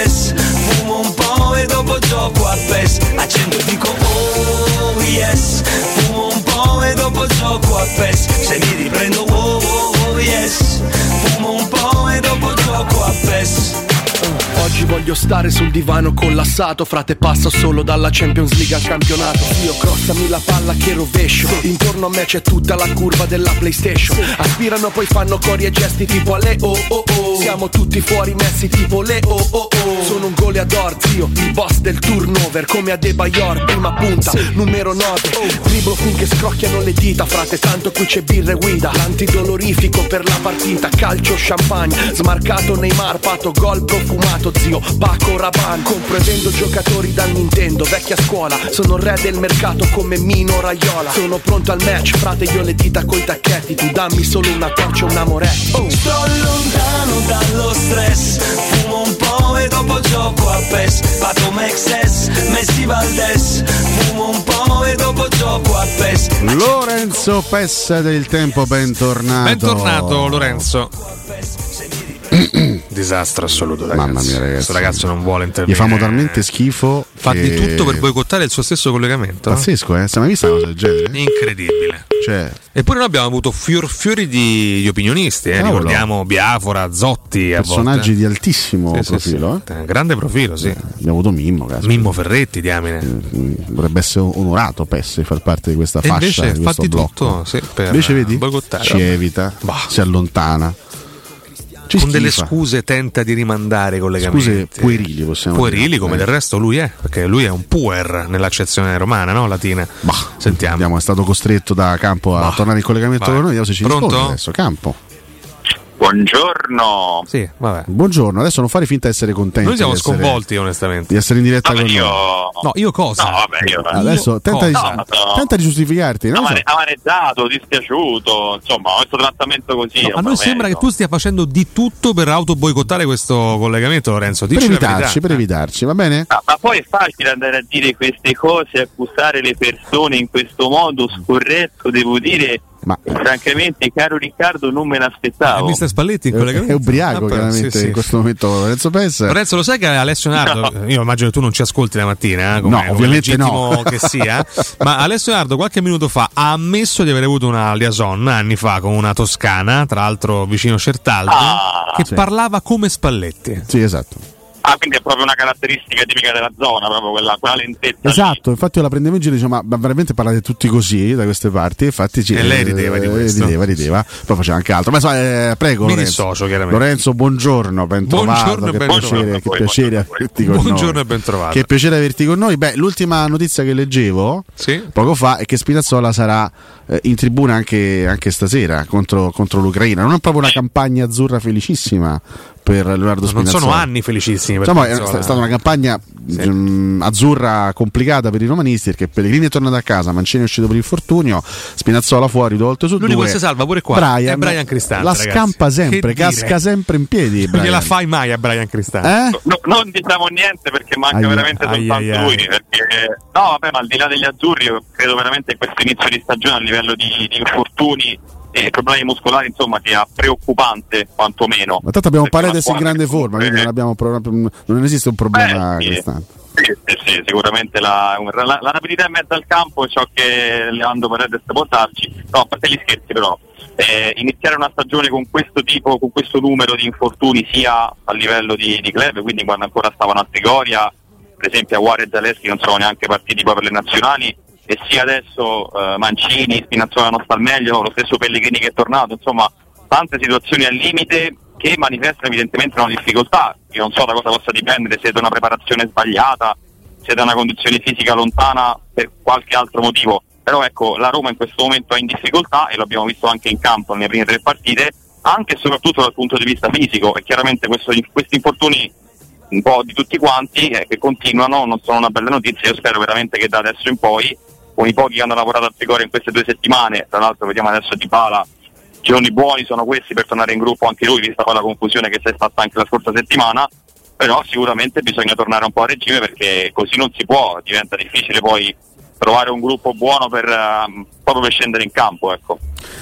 "Oh, fest Se mi riprendo wow wow wow yes Fumo un po' e dopo gioco a fest Oggi voglio stare sul divano collassato Frate passo solo dalla Champions League al campionato Io crossami la palla che rovescio Intorno a me c'è tutta la curva della Playstation Aspirano poi fanno cori e gesti tipo alle oh oh oh Siamo tutti fuori messi tipo le oh oh oh Sono un goleador zio Il boss del turnover come a De Bayor Prima punta numero 9 Dribblo finché scrocchiano le dita Frate tanto qui c'è birra e guida L'antidolorifico per la partita Calcio champagne Smarcato nei marpato Gol profumato zio Paco Rabanne Compro e vendo giocatori da Nintendo Vecchia scuola Sono il re del mercato come Mino Raiola Sono pronto al match Frate io le dita coi tacchetti Tu dammi solo una torcia un amore Oh Sto lontano dallo stress Fumo un po' e dopo gioco a PES Pato Mexes, Messi Valdes Fumo un po' e dopo gioco a PES Lorenzo Pessa del Tempo, bentornato. Bentornato Lorenzo. Disastro assoluto, ragazzi. Mamma mia, ragazzi. Questo ragazzo non vuole Gli intervenire. fanno talmente schifo. Fa di che- tutto per boicottare il suo stesso collegamento. Pazzesco, eh? Si è mai vista una cosa del genere? Incredibile. Cioè, Eppure noi abbiamo avuto fior- fiori di, di opinionisti, eh. Cavolo. ricordiamo Biafora, Zotti, a personaggi volte. di altissimo Sì, sì, profilo, sì. Eh, Grande profilo, sì. eh? Abbiamo avuto Mimmo, caspita. Mimmo Ferretti, diamine. Mm, Dovrebbe essere onorato Pessi far parte di questa E fascia, invece di questo fatti blocco. tutto sì, per invece vedi, boicottare. ci evita, Bah. si allontana. Ci con delle schifa. scuse tenta di rimandare i collegamenti. Scuse puerili, possiamo Puerili, dire. come Eh. del resto lui è, perché lui è un puer nell'accezione romana, no? Latina. Bah, Sentiamo. Abbiamo- è stato costretto da Campo a Bah. tornare in collegamento Vai. con noi. Vediamo se ci Pronto? risponde adesso. Campo, Buongiorno. Sì, vabbè. buongiorno. Adesso non fare finta di essere contenti. Noi siamo di essere- sconvolti, onestamente. Di essere in diretta Vabbè, con io. noi. No, io cosa? No, vabbè, io. Adesso tenta di, Cosa? No. tenta di giustificarti. non lo so. Amare- amareggiato, dispiaciuto, insomma, questo trattamento così. No, a non noi lo sembra che merito. tu stia facendo di tutto per autoboicottare questo collegamento, Lorenzo. Per Dici la evitarci, per verità. Eh, evitarci, va bene? Ah, ma poi è facile andare a dire queste cose, accusare le persone in questo modo Mm. scorretto, devo dire. Ma- Francamente, caro Riccardo, non me Eh, l'aspettavo. Mister Spalletti in È, collegamento. è ubriaco, Ah, però, chiaramente, sì, sì. in questo momento Lorenzo Pessa. Lorenzo, lo sai che Alessio Nardo, io immagino che tu non ci ascolti la mattina, eh, come, No, come ovviamente legittimo no. che sia, ma Alessio Nardo qualche minuto fa ha ammesso di aver avuto una liaison anni fa con una toscana, tra l'altro vicino Certaldi, Ah, che sì. parlava come Spalletti. Sì, esatto. Ah, quindi è proprio una caratteristica tipica della zona, proprio quella, quella lentezza. lì. Esatto, infatti io la prendevo in giro e dicevo, ma, ma veramente parlate tutti così da queste parti? Infatti ci, E lei rideva di eh, questo. Rideva, rideva, poi faceva anche altro. Ma so, eh, prego, Mi Lorenzo. dissocio, chiaramente. Lorenzo, buongiorno, ben Buongiorno trovato. e Che ben piacere, trovato a che voi, piacere buongiorno a voi. averti con Buongiorno noi. e ben trovato. Che piacere averti con noi. Beh, l'ultima notizia che leggevo Sì. poco fa è che Spinazzola sarà eh, in tribuna anche, anche stasera contro, contro l'Ucraina. Non è proprio una campagna azzurra felicissima per Leonardo Non Spinazzola. sono anni felicissimi per eh. Insomma, è Pizzola. sta- stata una campagna mm, azzurra complicata per i romanisti perché Pellegrini è tornato a casa, Mancini è uscito per infortunio, Spinazzola fuori, due volte su due. L'unico che si salva pure qua Brian, è Brian Cristante, La ragazzi. scampa sempre, Che casca dire. sempre in piedi. Non gliela Brian. fai mai a Brian Cristante. Eh? No, non diciamo niente perché manca Aia, veramente aia, soltanto aia. lui. Perché, no, vabbè, ma al di là degli azzurri, io credo veramente che questo inizio di stagione a livello di, di infortuni e problemi muscolari, insomma, sia preoccupante quantomeno. Ma tanto abbiamo Perché Paredes la in grande squadra- forma, quindi non, abbiamo pro- non esiste un problema Eh, sì. Cristante. Sì, sì, sì, sicuramente la, la- la rapidità in mezzo al campo è ciò che Leandro Paredes può darci. No, a parte gli scherzi però, eh, iniziare una stagione con questo tipo, con questo numero di infortuni sia a livello di, di club, quindi quando ancora stavano a Trigoria, per esempio Aguare e Zaleschi non sono neanche partiti poi per le nazionali, e sia adesso eh, Mancini, Spinazzola non sta al meglio, lo stesso Pellegrini che è tornato, insomma tante situazioni al limite che manifestano evidentemente una difficoltà, io non so da cosa possa dipendere, se da una preparazione sbagliata, se da una condizione fisica lontana per qualche altro motivo, però ecco la Roma in questo momento è in difficoltà e lo abbiamo visto anche in campo nelle prime tre partite, anche e soprattutto dal punto di vista fisico e chiaramente questo- questi infortuni un po' di tutti quanti eh, che continuano, non sono una bella notizia, io spero veramente che da adesso in poi, con i pochi che hanno lavorato a Trigoria in queste due settimane, tra l'altro vediamo adesso Di Bala, giorni buoni sono questi per tornare in gruppo anche lui, vista poi la confusione che c'è stata anche la scorsa settimana, però sicuramente bisogna tornare un po' a regime perché così non si può, diventa eh, difficile poi trovare un gruppo buono per, ehm, proprio per scendere in campo. Ecco.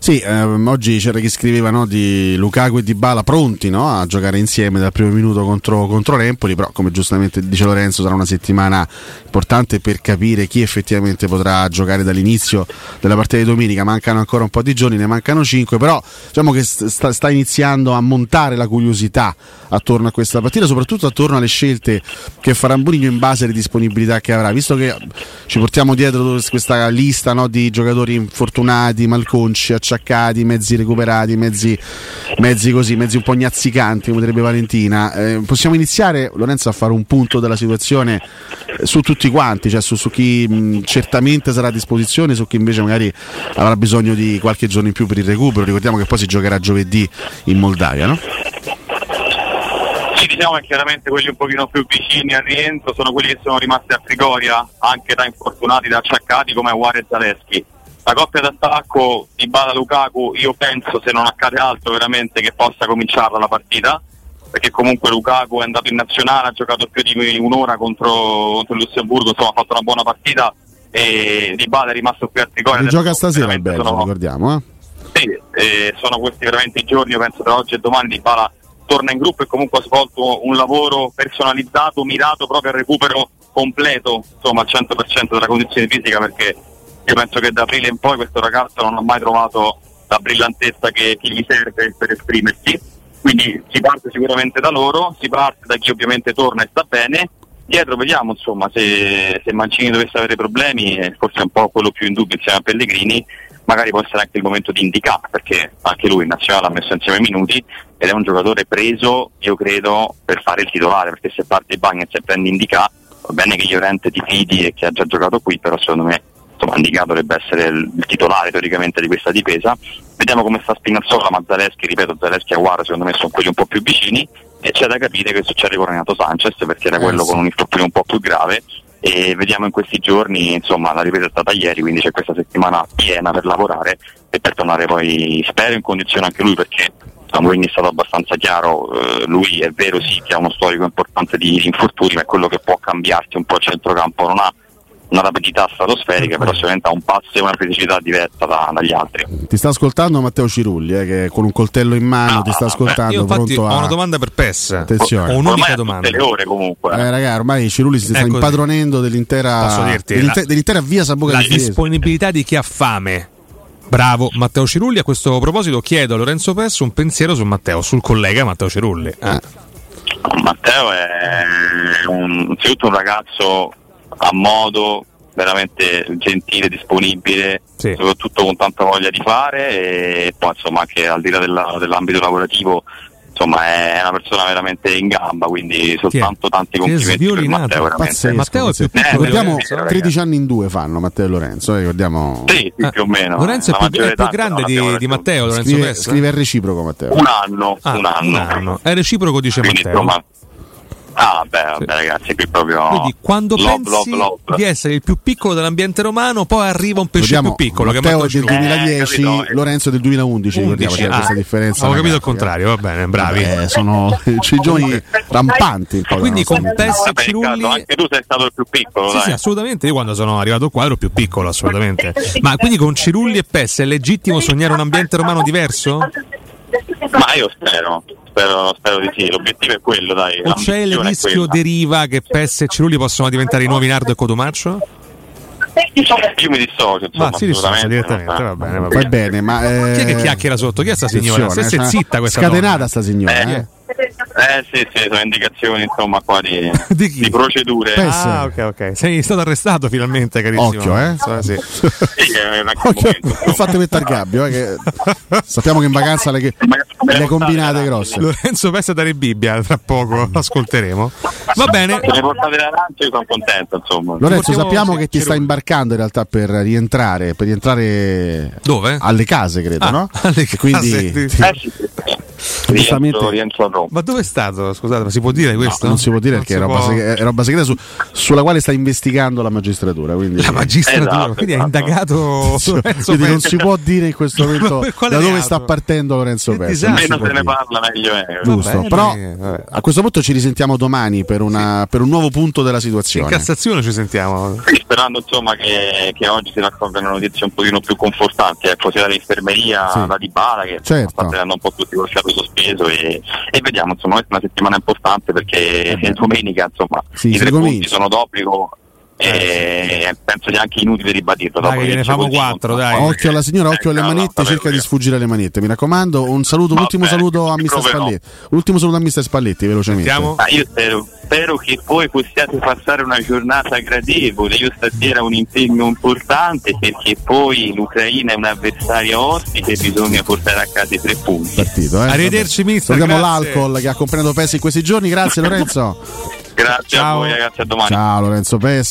Sì, ehm, oggi c'era chi scriveva no, di Lukaku e di Bala pronti no, a giocare insieme dal primo minuto contro, contro l'Empoli, però come giustamente dice Lorenzo sarà una settimana importante per capire chi effettivamente potrà giocare dall'inizio della partita di domenica, mancano ancora un po' di giorni, ne mancano 5, però diciamo che st- sta, sta iniziando a montare la curiosità attorno a questa partita, soprattutto attorno alle scelte che farà Mourinho in base alle disponibilità che avrà, visto che ci portiamo dietro questa lista no, di giocatori infortunati, malconci, acciaccati, mezzi recuperati, mezzi, mezzi così, mezzi un po' gnazzicanti, come direbbe Valentina. Eh, possiamo iniziare, Lorenzo, a fare un punto della situazione eh, su tutti quanti, cioè su, su chi mh, certamente sarà a disposizione, su chi invece magari avrà bisogno di qualche giorno in più per il recupero. Ricordiamo che poi si giocherà giovedì in Moldavia, no? Sì, diciamo che chiaramente quelli un pochino più vicini al rientro sono quelli che sono rimasti a Trigoria, anche da infortunati, da acciaccati come Juarez e Zaleschi. La coppia d'attacco di Bala Lukaku, io penso se non accade altro veramente che possa cominciarla la partita, perché comunque Lukaku è andato in nazionale, ha giocato più di un'ora contro, contro il Lussemburgo, insomma ha fatto una buona partita e Di Bala è rimasto qui a Trigoria. Si gioca stasera il veramente Belgio, sono- ricordiamo, eh? Sì, eh, sono questi veramente i giorni, io penso tra oggi e domani Di Bala torna in gruppo e comunque ha svolto un lavoro personalizzato, mirato proprio al recupero completo, insomma al 100% della condizione fisica perché io penso che da aprile in poi questo ragazzo non ha mai trovato la brillantezza che, che gli serve per esprimersi, quindi si parte sicuramente da loro, si parte da chi ovviamente torna e sta bene, dietro vediamo insomma se, se Mancini dovesse avere problemi, eh, forse è un po' quello più in dubbio insieme a Pellegrini, magari può essere anche il momento di indicare perché anche lui in nazionale ha messo insieme i minuti ed è un giocatore preso io credo per fare il titolare perché se parte Bagnets e prendi Indica va bene che Llorente ti fidi e che ha già giocato qui però secondo me insomma Indica dovrebbe essere il, il titolare teoricamente di questa difesa vediamo come sta Spinazzola ma Zaleschi ripeto Zaleschi e Aguaro secondo me sono quelli un po' più vicini e c'è da capire che succede con Renato Sanchez perché era Eh, quello sì. con un infortunio un po' più grave e vediamo in questi giorni, insomma la ripresa è stata ieri, quindi c'è questa settimana piena per lavorare e per tornare poi spero in condizione anche lui perché insomma, Mourinho è stato abbastanza chiaro, eh, lui è vero sì che ha uno storico importante di infortuni, ma è quello che può cambiarsi un po' il centrocampo, non ha una rapidità stratosferica, però sicuramente ha un passo e una fisicità diversa da- dagli altri. Ti sta ascoltando Matteo Cirulli, eh, che con un coltello in mano ti sta ascoltando, Ah, Io infatti pronto ho a... una domanda per PES. Attenzione. Ho Ormai un'unica a domanda. tutte le ore comunque. Eh, raga, ormai Cirulli si sta È così. impadronendo dell'intera, Posso dirti, dell'inte- la- dell'intera via Saboca La di Fiese. disponibilità di chi ha fame. Bravo Matteo Cirulli, a questo proposito chiedo a Lorenzo PES un pensiero su Matteo, sul collega Matteo Cirulli. Ah, Eh. Matteo è un, innanzitutto un ragazzo a modo veramente gentile, disponibile, Sì. soprattutto con tanta voglia di fare e poi insomma anche al di là della- dell'ambito lavorativo insomma è una persona veramente in gamba quindi soltanto tanti che complimenti per sviolinato, Matteo veramente. pazzesco, Matteo è più pazzesco. piccolo di Ricordiamo, Lorenzo, ragazzi. 13 anni in due fanno Matteo e Lorenzo, eh, ricordiamo. Sì, sì, Eh, più o meno. Lorenzo La è più, è maggiore più età, grande no, di, abbiamo di Matteo, Lorenzo Scrive, PES. scrive il reciproco Matteo. Un anno, Ah, un anno. È reciproco, dice Quindi, Matteo. insomma, Ah beh, vabbè ragazzi, qui proprio Quindi quando lob, pensi lob, lob. di essere il più piccolo dell'ambiente romano, poi arriva un pesce Ricordiamo, più piccolo. che è Matteo è Matteo del Cirulli. Cirulli. 2010, Eh, capito. Lorenzo è del 2011. ricordiamo, 11, c'è ah, questa differenza. Avevo capito il ragazzi, eh. contrario, va bene, bravi. Eh, sono ciligioni rampanti. un po' della Quindi nostra con vita. PES Vabbè, Riccardo, Cirulli anche tu sei stato il più piccolo, Sì, dai. sì, assolutamente. Io quando sono arrivato qua ero più piccolo, assolutamente. Ma quindi con Cirulli e Pes è legittimo sognare un ambiente romano diverso? Ma io spero, spero, spero di sì, l'obiettivo è quello, dai. O c'è il l'ambizione è rischio quella. deriva che Pes e Cirulli possono diventare i nuovi Nardo e Codomaccio? Io mi dissocio, insomma, Ma si dissocia assolutamente, direttamente, va non so. bene, Va va bene. bene, ma. eh, Chi è che chiacchiera sotto? Chi è sta signora? Se attenzione, se eh, zitta questa Scatenata donna. sta signora. Eh. Eh sì, sì, sono indicazioni, insomma, qua di, Di chi? di procedure. Beh, Ah, ok, ok. Sei stato arrestato finalmente, carissimo. Occhio, eh. Sì. Sì, che è un Occhio, momento, non fate mettere il gabbio, eh, che sappiamo che in vacanza le, insomma. le combinate grosse. Lorenzo Pes è da Re Bibbia, tra Ah, poco lo ascolteremo. Va bene. Se ne portate l'arancia, io sono contento, insomma. Lorenzo, portiamo- sappiamo che ti Cirulli. stai imbarcando in realtà per rientrare, per rientrare Dove? alle case, credo, Ah, no? alle E quindi case di- Eh sì, sì. rientro, Giustamente. rientro a Roma. Ma dove è stato? Scusate, ma si può dire questo? No, non si può dire perché è si roba, può- segre- è roba segreta su- sulla quale sta investigando la magistratura. Quindi, La magistratura, Esatto, quindi ha esatto. indagato Lorenzo quindi non Pezzo. si può dire in questo momento per da quale dove reato? sta partendo Lorenzo Che Pezzo. disastro. non si Meno può se ne dire. parla meglio è. Giusto, Vabbè, però eh, vabbè. a questo punto ci risentiamo domani per, una- per un nuovo punto della In situazione. Cassazione ci sentiamo. Sperando insomma che, che oggi si raccolgano notizie un pochino più confortanti, ecco, sia dall'infermeria, Sì. da Dybala che Certo. sta prendendo un po' tutti col fiato sospeso e, e vediamo, insomma, questa è una settimana importante perché Eh beh. domenica insomma Sì, i si tre ricomincia. Eh, punti sono d'obbligo e penso sia anche inutile ribadirlo. Dai, dopo che che gliene ci famo continua, quattro, insomma. dai. Occhio alla signora, occhio alle Eh, no, no, manette, vabbè, cerca di vabbè. sfuggire alle manette, mi raccomando. Un saluto, un Vabbè, ultimo saluto a ci Mr. proverò. Spalletti. Ultimo saluto a Mr. Spalletti, velocemente. Sentiamo. Ma io spero, spero che voi possiate passare una giornata gradevole. Io stasera ho un impegno importante perché poi l'Ucraina è un avversario ospite e bisogna portare a casa i tre punti. Partito, eh. Arrivederci, mister, Salutiamo grazie. l'alcol che ha accompagnato Pessi in questi giorni. Grazie, Lorenzo. Grazie Ciao. a voi ragazzi, a domani. Ciao, Lorenzo Pessi.